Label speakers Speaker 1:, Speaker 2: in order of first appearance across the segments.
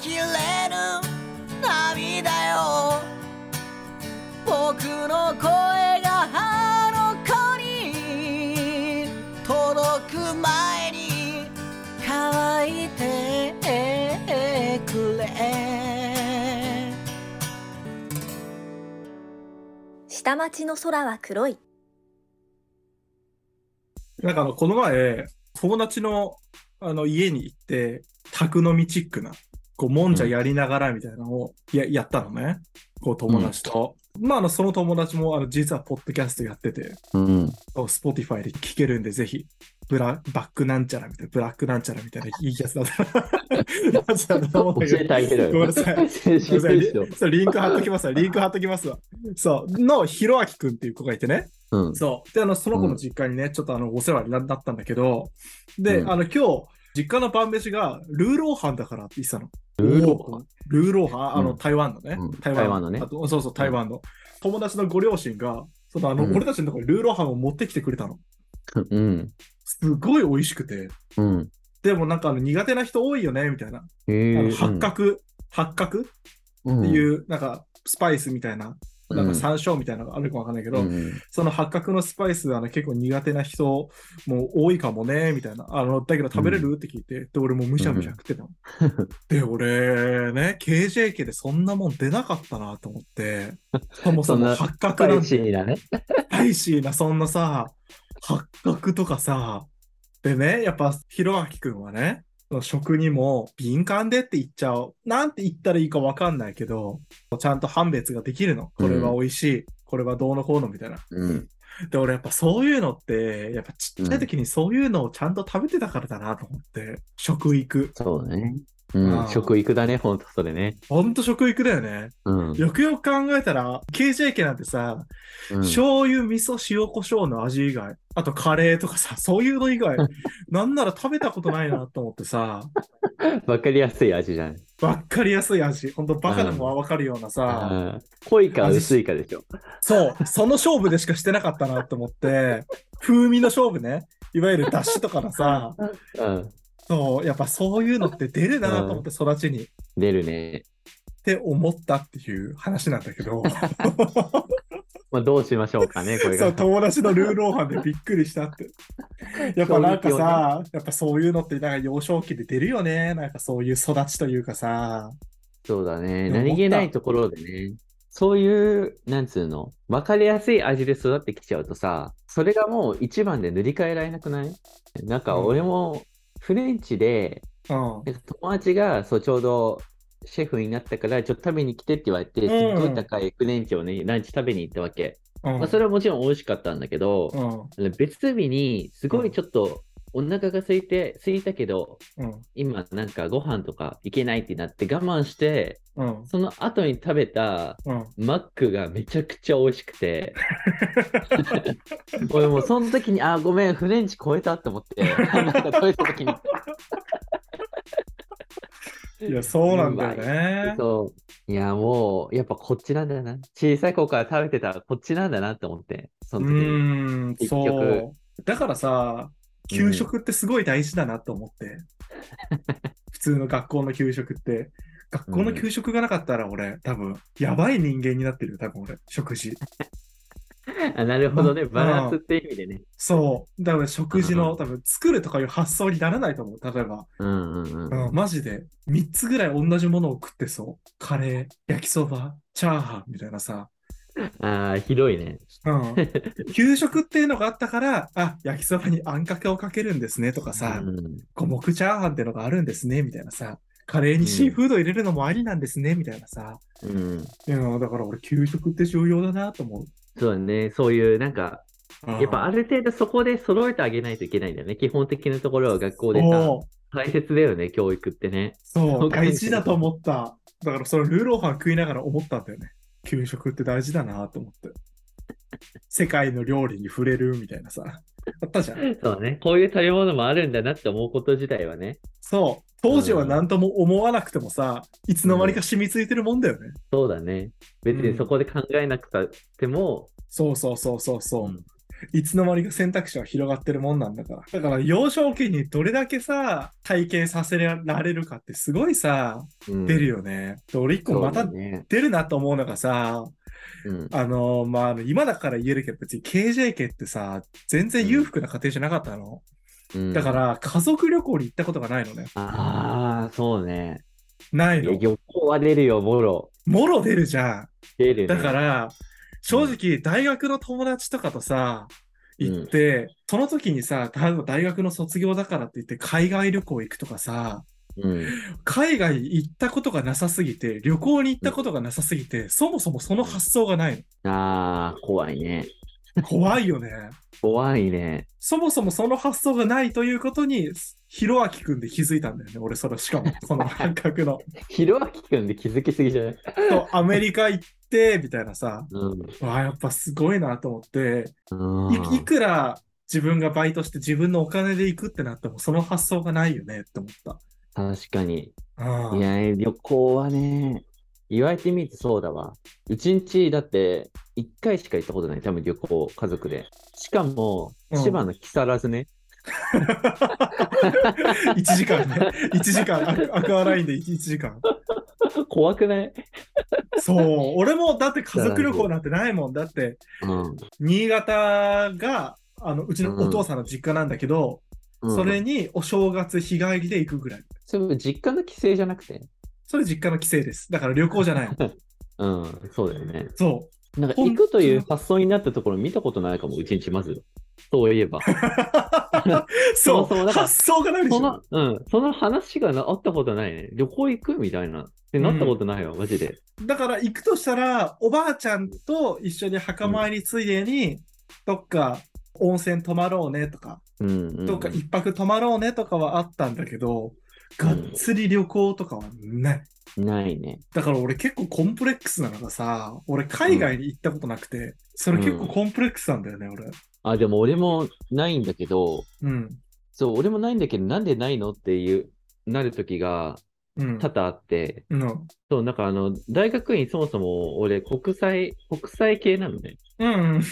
Speaker 1: きれぬ涙よ僕の声があの子に届く前に乾いてくれ
Speaker 2: 下町の空は黒い。
Speaker 3: なんかあの、この前、友達のあの家に行って、宅飲みチックな、こう、もんじゃやりながらみたいなのをや,、やったのね。こう、友達と。まあ、あの、その友達も、あの、実は、ポッドキャストやってて、
Speaker 4: うん。
Speaker 3: スポティファイで聞けるんで、ぜひ、ブラ、バックなんちゃらみたいな、ブラックなんちゃらみたいな、いいやつだったな。 なんちゃらだと思うん
Speaker 4: 教
Speaker 3: だけど
Speaker 4: えてあげろよ。
Speaker 3: ごめんなさ い。
Speaker 4: 正式ですよ。
Speaker 3: そうリンク貼っときますわ。リンク貼っときますわ。そう。の、ひろあきくんっていう子がいてね。
Speaker 4: うん。
Speaker 3: そう。で、あの、その子の実家にね、ちょっとあの、お世話になったんだけど、で、
Speaker 4: うん
Speaker 3: あの、今日、実家の晩飯が、ルーローハンだからって言ってたの。
Speaker 4: ルーロー
Speaker 3: ルーローハンあの、
Speaker 4: うん
Speaker 3: 台湾のね。
Speaker 4: うん台湾のね
Speaker 3: あとそうそう、台湾の。友達のご両親が、その、あの、
Speaker 4: うん
Speaker 3: 俺たちのとこにルーローハンを持ってきてくれたの。
Speaker 4: うん。
Speaker 3: すごい美味しくて。
Speaker 4: うん。
Speaker 3: でもなんかあの苦手な人多いよね、みたいな。
Speaker 4: へ
Speaker 3: あの
Speaker 4: え。
Speaker 3: 八角、八角っ
Speaker 4: って
Speaker 3: いう、なんか、スパイスみたいな、なんか
Speaker 4: さ
Speaker 3: 山椒みたいなのがあるかわかんないけど、
Speaker 4: うん。
Speaker 3: その八角のスパイスあの結構苦手な人も多いかもね、みたいな。あの、だけど食べれるって聞いて、で、俺もうむしゃむしゃ食ってたの。で、俺ね、KJK でそんなもん出なかったなと思って、そもそ
Speaker 4: そん
Speaker 3: も
Speaker 4: な
Speaker 3: 八
Speaker 4: スパ
Speaker 3: 角なん
Speaker 4: イ
Speaker 3: て
Speaker 4: シーだね。
Speaker 3: 大しな、そんなさ、八角とかさ。でね、やっぱ、ひろあきくんはね、その食にも敏感でって言っちゃう。なんて言ったらいいかわかんないけど、ちゃんと判別ができるの。これは美味しい。これはどうのこうのみたいな。
Speaker 4: うん。
Speaker 3: で、俺やっぱそういうのって、やっぱちっちゃい時にそういうのをちゃんと食べてたからだなと思って、食育。
Speaker 4: そうね。
Speaker 3: あ
Speaker 4: う
Speaker 3: ー
Speaker 4: ん。食育だね、ほんとそれね。
Speaker 3: ほんと食育だよね。
Speaker 4: うん。うん
Speaker 3: よくよく考えたら、KJK なんてさ、醤油、味噌、塩、胡椒の味以外、あとカレーとかさ、そういうの以 外、なんなら食べたことないなと思ってさ、
Speaker 4: わかりやすい味じゃん。
Speaker 3: わっかりやすい味、ほんとバカでもわかるようなさ、
Speaker 4: うん濃いか薄いかでしょ。
Speaker 3: そう、その勝負でしかしてなかったなと思って、風味の勝負ね、いわゆる出汁とかのさ、
Speaker 4: うん。
Speaker 3: そう、やっぱそういうのって出るなと思って育ちに。
Speaker 4: 出るね。
Speaker 3: って思ったっていう話なんだけ ど、
Speaker 4: まあ、どうしましょうかね、これ
Speaker 3: そ
Speaker 4: が
Speaker 3: う。友達のルーローハンでびっくりした って。やっぱなんかさ、やっぱそういうのってなんか幼少期で出るよね。なんかそういう育ちというかさ。
Speaker 4: そうだね。
Speaker 3: 思った
Speaker 4: 何気ないところでね。そういう、なんつうの、わかりやすい味で育ってきちゃうとさ、それがもう一番で塗り替えられなくないなんか
Speaker 3: うん
Speaker 4: 俺も、フレンチで、
Speaker 3: うん。
Speaker 4: なんか友達が、そう、ちょうど、シェフになったから、ちょっと食べに来てって言われて、すっ
Speaker 3: うん
Speaker 4: ごい高いフレンチをね、ランチ食べに行ったわけ。
Speaker 3: うん。
Speaker 4: まあ、それはもちろん美味しかったんだけど、
Speaker 3: うん。
Speaker 4: 別日に、すごいちょっと、お腹が空いて、空いたけど、
Speaker 3: うん。
Speaker 4: 今なんかご飯とか行けないってなって我慢して、
Speaker 3: うん。
Speaker 4: その後に食べた
Speaker 3: うん。
Speaker 4: マックがめちゃくちゃ美味しくて、俺もうその時に、あ、ごめん、フレンチ超えたって思って、なんか超えた時に、
Speaker 3: いや、そうなんだよね。
Speaker 4: そう、いや、もう、やっぱこっちなんだよな。小さい子から食べてたらこっちなんだなって思って、そうの時に。
Speaker 3: ーん、
Speaker 4: 結局
Speaker 3: そう。だからさ、給食ってすごい大事だなと思 って。普通の学校の給食って。学校の給食がなかったら俺、多分、やばい人間になってるよ、多分俺、食事。
Speaker 4: あなるほどね、
Speaker 3: うん
Speaker 4: バランスって意味でね。
Speaker 3: そう。だから食事
Speaker 4: う
Speaker 3: の、
Speaker 4: ん
Speaker 3: 多分、作るとかいう発想にならないと思う。例えば、
Speaker 4: うんうん
Speaker 3: う
Speaker 4: うん
Speaker 3: ん、マジで、3つぐらい同じものを食ってそう。カレー、焼きそば、チャーハンみたいなさ。。
Speaker 4: ああ、ひどいね。
Speaker 3: うん。給食っていうのがあったから、あ、焼きそばにあんかけをかけるんですねとかさ。
Speaker 4: うん
Speaker 3: 五目チャーハンってのがあるんですね、みたいなさ。カレーにシーフード入れるのもありなんですね、みたいなさ。
Speaker 4: うん、
Speaker 3: いや、だから俺、給食って重要だなと思う。
Speaker 4: そうだね、そういうなんか
Speaker 3: や
Speaker 4: やっぱある程度そこで揃えてあげないといけないんだよね。基本的なところは学校でさ、
Speaker 3: そう、
Speaker 4: 大切だよね、教育ってね。
Speaker 3: そ、
Speaker 4: そうう
Speaker 3: 大事だと思った。だからそのルーローハン食いながら思ったんだよね。給食って大事だなと思って。世界の料理に触れるみたいなさ。あったじゃん。
Speaker 4: そうね、こういう食べ物もあるんだなって思うこと自体はね。
Speaker 3: そう。当時は何とも思わなくてもさ、いつの間にか染みついてるもんだよね。
Speaker 4: そうだね。別にそこで考えなくても、
Speaker 3: そうそうそうそうそう。
Speaker 4: うん
Speaker 3: いつの間にか選択肢は広がってるもんなんだから。だから幼少期にどれだけさ、体験させられるかってすごいさ、
Speaker 4: うん
Speaker 3: 出るよね。で、俺一個ま
Speaker 4: そ
Speaker 3: た
Speaker 4: うだね
Speaker 3: 出るなと思うのがさ、
Speaker 4: うん
Speaker 3: あの、まああの、今だから言えるけど、別に KJK ってさ、全然裕福な家庭じゃなかったの。
Speaker 4: うん
Speaker 3: だから、家族旅行に行ったことがないのね。
Speaker 4: ああ、そうね。
Speaker 3: ない
Speaker 4: いや
Speaker 3: の。
Speaker 4: 旅行は出るよ、ボロ。
Speaker 3: もろ出るじゃん。
Speaker 4: 出る、ね。
Speaker 3: だから、正直、大学の友達とかとさ、行って、その時にさ、例えば大学の卒業だからって言って、海外旅行行くとかさ、
Speaker 4: うん、
Speaker 3: 海外行ったことがなさすぎて、旅行に行ったことがなさすぎて、そもそもその発想がない
Speaker 4: ああ、怖いね。
Speaker 3: の。怖いよね。
Speaker 4: 怖いね。
Speaker 3: そもそもその発想がないということに、ひろあきくんで気づいたんだよね。俺、それ、しかも、 その感覚の。
Speaker 4: ひろあきくんで気づきすぎじゃない
Speaker 3: そうアメリカ行って、みたいなさ、
Speaker 4: うん。
Speaker 3: わあ、やっぱすごいなと思って、
Speaker 4: うん
Speaker 3: いいくら自分がバイトして自分のお金で行くってなってもその発想がないよねって思った。
Speaker 4: 確かに。
Speaker 3: あ
Speaker 4: いやー、旅行はね、言われてみるとそうだわ。一日だって、一回しか行ったことない。多分旅行、家族で。しかも、
Speaker 3: うん
Speaker 4: 千葉の木更津ね。
Speaker 3: 1時間 ね。1時間。アクアクアラインで1時間。
Speaker 4: 怖くない
Speaker 3: そう。俺もだって家族旅行なんてないもん。だって、
Speaker 4: うん。
Speaker 3: 新潟が、あの、うちのお父さんの実家なんだけど、
Speaker 4: うん
Speaker 3: それ、にお正月日帰りで行くぐらい。
Speaker 4: それ実家の帰省じゃなくて。
Speaker 3: それ実家の帰省です。だから旅行じ ゃないの。
Speaker 4: うん、そうだよね。
Speaker 3: そう。
Speaker 4: なんか
Speaker 3: 本当
Speaker 4: 行くという発想になったところ見たことないかも、一日まず。そうい えば。
Speaker 3: そ
Speaker 4: そうそう
Speaker 3: う。
Speaker 4: だから
Speaker 3: 発想がないでし
Speaker 4: そ
Speaker 3: ょ
Speaker 4: の、うん、その話がなあったことないね。旅行行くみたいな。ってなったことないわ、マジで。
Speaker 3: だから行くとしたら、おばあちゃんと一緒に墓参りついでに、どっか温泉泊まろうねとか、
Speaker 4: うんうん
Speaker 3: どっか一泊泊まろうねとかはあったんだけど、がっつり旅行とかはない。
Speaker 4: ないね。
Speaker 3: だから俺結構コンプレックスなのがさ、俺海外に行ったことなくて、それ結構コンプレックスなんだよね、俺。
Speaker 4: あ、でも俺もないんだけど、
Speaker 3: うん。
Speaker 4: そう、俺もないんだけど、なんでないのっていう、なる時が
Speaker 3: うん
Speaker 4: 多。々あって、
Speaker 3: うん。
Speaker 4: そう、なんかあの、大学院そもそも俺、国際、国際系なのね。
Speaker 3: うんうん。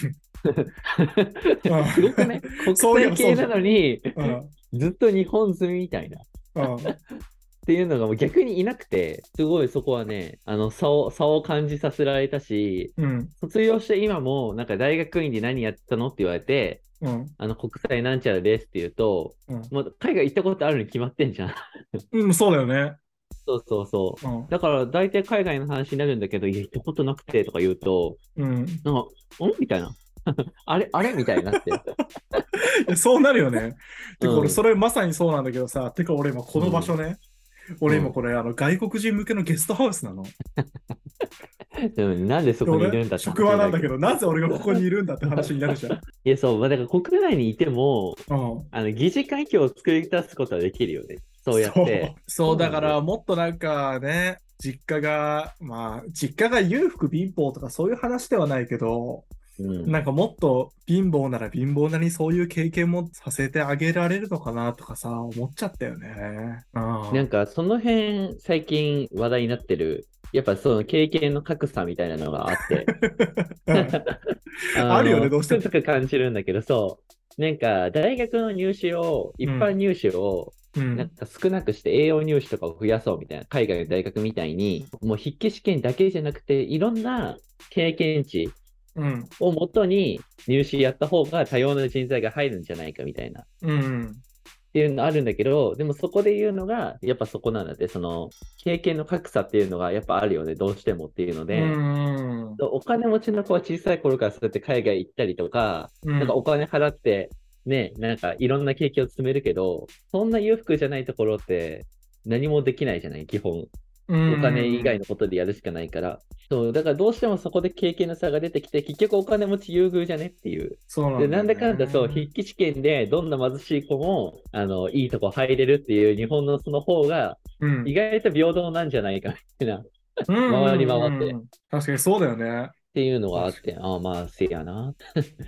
Speaker 4: すごくね、国
Speaker 3: そうよ
Speaker 4: 際系なのに、
Speaker 3: うん。
Speaker 4: ずっと日本住みみたいな。っ
Speaker 3: うん。
Speaker 4: ていうのがもう逆にいなくて、すごいそこはね、あの、差を、差を感じさせられたし、
Speaker 3: うん。
Speaker 4: 卒業して今も、なんか大学院で何やってたのって言われて、
Speaker 3: うん。
Speaker 4: あの、国際なんちゃらですって言うと、
Speaker 3: うん
Speaker 4: もう海外行ったことあるに決まってんじゃ ん。
Speaker 3: うん、そうだよね。
Speaker 4: そうそうそう。
Speaker 3: うん。
Speaker 4: だから大体海外の話になるんだけど、いや、行ったことなくてとか言うと、
Speaker 3: うん。い
Speaker 4: なんか、んみたいな。 あれあれみたいになって。
Speaker 3: やそうなるよね。てか
Speaker 4: う
Speaker 3: 俺
Speaker 4: ん
Speaker 3: それまさにそうなんだけどさ、てか俺今この場所ね、俺今これあの外国人向けのゲストハウスなの。
Speaker 4: でもなんでそこにいる
Speaker 3: 俺
Speaker 4: んだって。
Speaker 3: 職場なんだけど、なぜ俺がここにいるんだって話になるじゃん。
Speaker 4: いや、そう、まあ、だから国内にいても、
Speaker 3: うん
Speaker 4: あの、疑似環境を作り出すことはできるよね。そうやって。
Speaker 3: そうそうだからもっとなんかね、実家が、まあ、実家が裕福貧乏とかそういう話ではないけど、
Speaker 4: うん、
Speaker 3: なんかもっと貧乏なら貧乏なりにそういう経験もさせてあげられるのかなとかさ、思っちゃったよね。うん
Speaker 4: なんか、その辺、最近話題になってる、やっぱその経験の格差みたいなのがあ って、
Speaker 3: うん
Speaker 4: の
Speaker 3: あるよねどうしても
Speaker 4: つくづく感じるんだけど、そう。なんか、大学の入試を、一般入試を、
Speaker 3: うん
Speaker 4: なんか少なくして栄養入試とかを増やそうみたいな、海外の大学みたいに、もう筆記試験だけじゃなくて、いろんな経験値
Speaker 3: うん。
Speaker 4: をもとに入試やった方が多様な人材が入るんじゃないかみたいな、っ
Speaker 3: うん。
Speaker 4: ていうのあるんだけど、でもそこで言うのが、やっぱそこなんだって、その経験の格差っていうのがやっぱあるよね、どうしてもっていうので、
Speaker 3: うん
Speaker 4: お金持ちの子は小さい頃からそうやって海外行ったりとか、なんかお金払って、ね、なんかいろんな経験を積めるけど、そんな裕福じゃないところって何もできないじゃない、基本。
Speaker 3: お
Speaker 4: お金以外のことでやるしかないから。そう、だからどうしてもそこで経験の差が出てきて、結局お金持ち優遇じゃねっていう。
Speaker 3: そうなんだ
Speaker 4: で
Speaker 3: よね
Speaker 4: なんだかんだそう、筆記試験でどんな貧しい子も、あの、いいとこ入れるっていう日本のその方が、
Speaker 3: うん
Speaker 4: 意外と平等なんじゃないかみたいな、っ
Speaker 3: 回
Speaker 4: り回って
Speaker 3: 確かにそうだよね。
Speaker 4: ていうのがあって、ああ、まあ、せやな。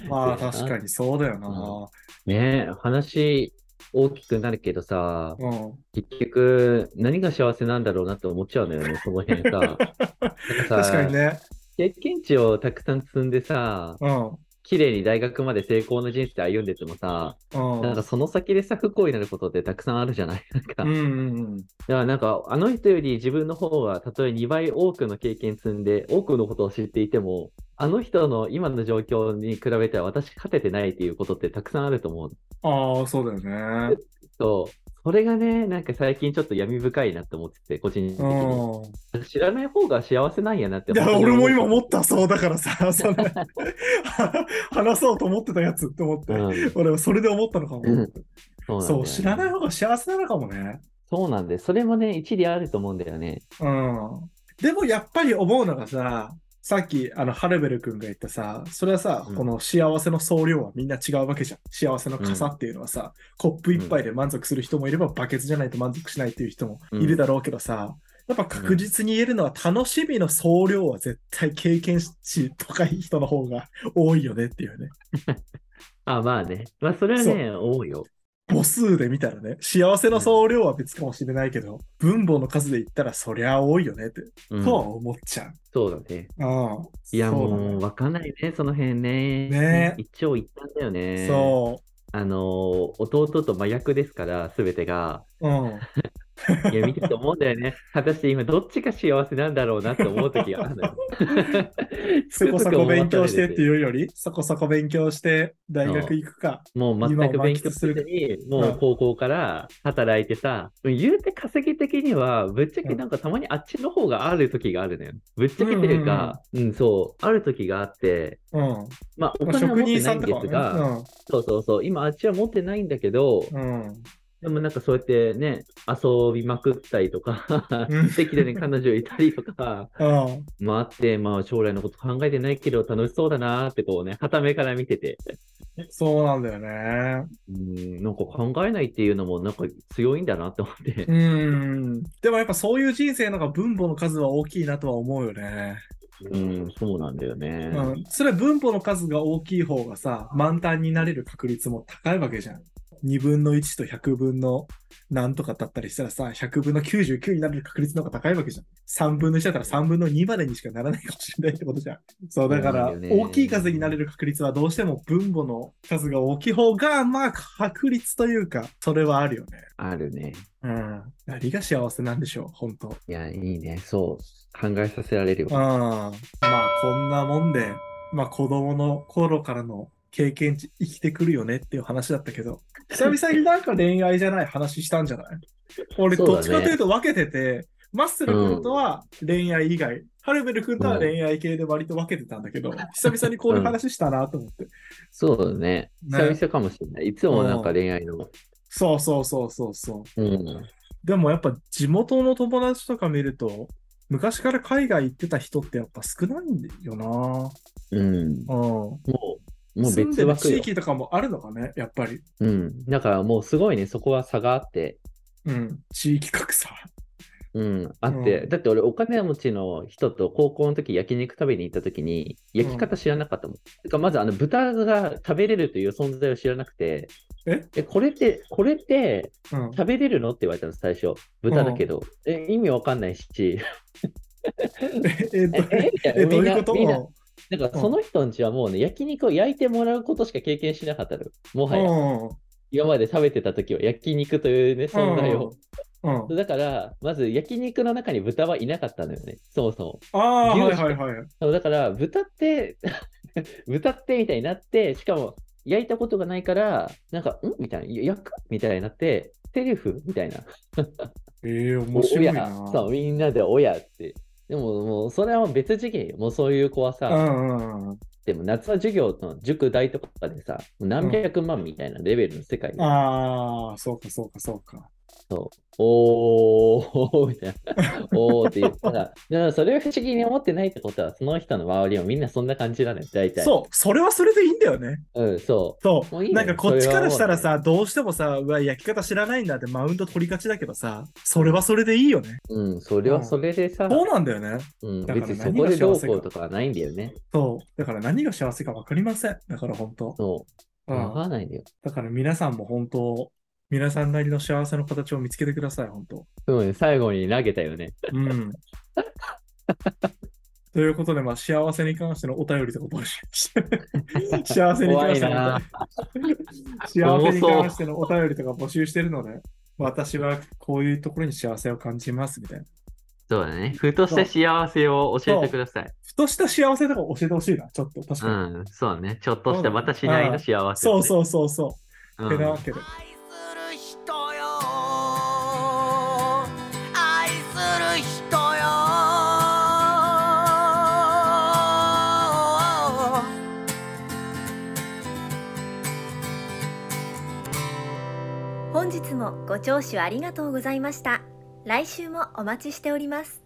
Speaker 3: まあ
Speaker 4: そうだ
Speaker 3: 確
Speaker 4: な
Speaker 3: かにそうだよな。
Speaker 4: ねえ、話大きくなるけどさ、
Speaker 3: うん。
Speaker 4: 結局、何が幸せなんだろうなって思っちゃうんだよね、その辺 さ。なんかさ
Speaker 3: 確かにね。
Speaker 4: 経験値をたくさん積んでさ、
Speaker 3: うん。
Speaker 4: 綺麗に大学まで成功な人生歩んでてもさ、
Speaker 3: うん
Speaker 4: なんかその先でさ、不幸になることってたくさんあるじゃない なんか、
Speaker 3: うん
Speaker 4: だ
Speaker 3: うんうん
Speaker 4: からなんか、あの人より自分の方がたとえ2倍多くの経験積んで、多くのことを知っていても、あの人の今の状況に比べては私勝ててないっていうことってたくさんあると思う
Speaker 3: ああ、そうだよね。
Speaker 4: と、それがね、なんか最近ちょっと闇深いなって思ってて、個人的
Speaker 3: う
Speaker 4: に。
Speaker 3: ん。
Speaker 4: 知らない方が幸せなんやなって
Speaker 3: いや、
Speaker 4: 本当
Speaker 3: 俺
Speaker 4: に思う
Speaker 3: も今思った、そうだから さ、その 話そうと思ってたやつって思って、
Speaker 4: うん
Speaker 3: 俺はそれで思ったのかも。
Speaker 4: うんそうなんだ
Speaker 3: そ
Speaker 4: よ
Speaker 3: う、
Speaker 4: ね
Speaker 3: 知らない方が幸せなのかもね。
Speaker 4: そうなんで、それもね、一理あると思うんだよね。
Speaker 3: うん。でもやっぱり思うのがさ、さっき、あの、ハルベル君が言ったさ、それはさ、
Speaker 4: うん
Speaker 3: この幸せの総量はみんな違うわけじゃん。幸せの傘っていうのはさ、コップ一杯で満足する人もいれば、バケツじゃないと満足しないっていう人もいるだろうけどさ、やっぱ確実に言えるのは、楽しみの総量は絶対経験値高い人の方が多いよねっていうね。
Speaker 4: あ、まあね。まあ、それはね、思うよ。
Speaker 3: 母数で見たらね、幸せの総量は別かもしれないけど、分母の数で言ったらそりゃ多いよねって、
Speaker 4: うん
Speaker 3: とは思っちゃう。
Speaker 4: そうだね。
Speaker 3: ああ、
Speaker 4: いや、
Speaker 3: そうだ
Speaker 4: もう、わかんないね、その辺ね。
Speaker 3: ね
Speaker 4: 一長一短だよね。
Speaker 3: そ
Speaker 4: あのー、弟と真逆ですから、すべてが。
Speaker 3: う。 うん。
Speaker 4: いや、見てて思うんだよね。 果たして今、どっちが幸せなんだろうなって思う時がある のよ。
Speaker 3: そこそこ勉強してって
Speaker 4: う。
Speaker 3: いうより、そこそこ勉強して大学行くか。
Speaker 4: もう全く勉強せずに、も
Speaker 3: うん
Speaker 4: う高校から働いてさ、言うて稼ぎ的には、ぶっちゃけなんかたまにあっちの方がある時があるのよ。ぶっちゃけていうか、うん、そう、ある時があって、
Speaker 3: うん。
Speaker 4: まあ、お
Speaker 3: まあ
Speaker 4: 金は
Speaker 3: 職
Speaker 4: 持っ
Speaker 3: 人
Speaker 4: てな
Speaker 3: さ
Speaker 4: いん
Speaker 3: ん
Speaker 4: で
Speaker 3: と
Speaker 4: す
Speaker 3: か
Speaker 4: が、
Speaker 3: はね
Speaker 4: そうそうそう、今あっちは持ってないんだけど、
Speaker 3: うん。うん。
Speaker 4: でもなんかそうやってね、遊びまくったりとか
Speaker 3: うん、
Speaker 4: 適度に彼女いたりとか、
Speaker 3: うん。
Speaker 4: まああって、まあ将来のこと考えてないけど楽しそうだなーってこうね、傍目から見てて、
Speaker 3: そうなんだよね。
Speaker 4: うん、なんか考えないっていうのもなんか強いんだなって思って、
Speaker 3: うん。でもやっぱそういう人生の方が分母の数は大きいなとは思うよね。
Speaker 4: うん、そうなんだよね。
Speaker 3: うん。それは分母の数が大きい方がさ、満タンになれる確率も高いわけじゃん。2分の1と100分の何とかだったりしたらさ、100分の99になれる確率の方が高いわけじゃん。3分の1だったら3分の2までにしかならないかもしれないってことじゃん。そう、だから、
Speaker 4: そうなんだよね
Speaker 3: 大きい数になれる確率はどうしても分母の数が大きい方が、まあ確率というか、それはあるよね。
Speaker 4: あるね。
Speaker 3: うん。何が幸せなんでしょう、本当
Speaker 4: いや、いいね。そう。考えさせられるよ。
Speaker 3: うんまあこんなもんで、まあ子供の頃からの経験値生きてくるよねっていう話だったけど、久々になんか恋愛じゃない話したんじゃ ない俺
Speaker 4: そうだ
Speaker 3: ど
Speaker 4: ね
Speaker 3: っちかというと分けてて、マッスル君とは恋愛以外、ハルベル君とは恋愛系で割と分けてたんだけど、久々にこういう話したなと思って。
Speaker 4: そうだね。
Speaker 3: ね
Speaker 4: 久々かもしれない。いつもなんか恋愛の。
Speaker 3: そうそうそうそうそう。
Speaker 4: うん。
Speaker 3: でもやっぱ地元の友達とか見ると、昔から海外行ってた人ってやっぱ少ないんだよな
Speaker 4: うん。。
Speaker 3: うん。
Speaker 4: もう、もう
Speaker 3: 住ん
Speaker 4: 別
Speaker 3: でる
Speaker 4: 枠
Speaker 3: 地
Speaker 4: よ。
Speaker 3: 域とかもあるのかね、やっぱり。
Speaker 4: うん。だからもうすごいね、そこは差があって。
Speaker 3: うん。地域格差。
Speaker 4: うん、あって、
Speaker 3: うん
Speaker 4: だって俺、お金持ちの人と高校の時焼肉食べに行った時に、焼き方知らなかったもん。てかまず、あの豚が食べれるという存在を知らなくて、
Speaker 3: え
Speaker 4: これって、これって
Speaker 3: うん。
Speaker 4: 食べれるのって言われたの、最初。豚だけど。え、意味わかんないし、
Speaker 3: え、えっと、
Speaker 4: えみたいな
Speaker 3: え、どう
Speaker 4: みん
Speaker 3: いう
Speaker 4: な
Speaker 3: こと
Speaker 4: みんななんかその人んちはもうね、焼肉を焼いてもらうことしか経験しなかったの。もはや、
Speaker 3: う
Speaker 4: 今まで食べてた時は焼肉というね、
Speaker 3: ん。
Speaker 4: 存在を。
Speaker 3: うん。うん。
Speaker 4: だから、まず焼肉の中に豚はいなかったのよね。そうそう。
Speaker 3: ああー、
Speaker 4: 牛
Speaker 3: はいはいはい。
Speaker 4: そうだから豚って 豚ってみたいになってしかも焼いたことがないからなんか「ん?」みたいな「や焼く?」みたいになって「セリフ?」みたいな
Speaker 3: ええ、
Speaker 4: 「
Speaker 3: 面白い
Speaker 4: おや
Speaker 3: な。
Speaker 4: そうみんなで「おや」ってでももうそれはもう別次元よもうそういう子は
Speaker 3: う
Speaker 4: さ、
Speaker 3: んうんうん。
Speaker 4: でも夏の授業の塾代とかでさもう何百万みたいなレベルの世界で、
Speaker 3: ああ、そうかそうかそうか。
Speaker 4: おー みたいなおーって言ったらでもそれを不思議に思ってないってことはその人の周りはみんなそんな感じなのよ大体
Speaker 3: そう、それはそれでいいんだよね。
Speaker 4: う、うん、そう
Speaker 3: そ。
Speaker 4: もういいうよ
Speaker 3: なんかこっちからしたら
Speaker 4: それ
Speaker 3: さ、どうしてもさ、うわ、焼き方知らないんだってマウント取りがちだけどさ、それはそれでいいよね。
Speaker 4: うん、それはそれでさ、
Speaker 3: そうなんだよね。
Speaker 4: うん、
Speaker 3: だから
Speaker 4: 別にそこでどうこうとかはないんだよね。
Speaker 3: そう。だから何が幸せか分かりません。だから本当。
Speaker 4: そう、
Speaker 3: うん
Speaker 4: わからないんだよ。
Speaker 3: だから皆さんも本当、皆さんなりの幸せの形を見つけてください、本当。
Speaker 4: そうね、最後に投げたよね。
Speaker 3: うん。ということで、まあ、幸せに関してのお便りとか募集して る幸せに関してのお便り、幸せに関してのお便りとか募集してるので、私はこういうところに幸せを感じますみたいな。
Speaker 4: そうだね。ふとした幸せを教えてください。
Speaker 3: ふとした幸せとか教えてほしいな、ちょっと。確
Speaker 4: う
Speaker 3: かに。
Speaker 4: ん、そうだね。ちょっとし
Speaker 3: そうだ
Speaker 4: た
Speaker 3: ね
Speaker 4: 私なりの幸せ、
Speaker 3: そうそうそうそ
Speaker 4: うん。
Speaker 3: う。てなわけで。
Speaker 1: 愛する人よ愛する人よ
Speaker 2: 本日もご聴取ありがとうございました来週もお待ちしております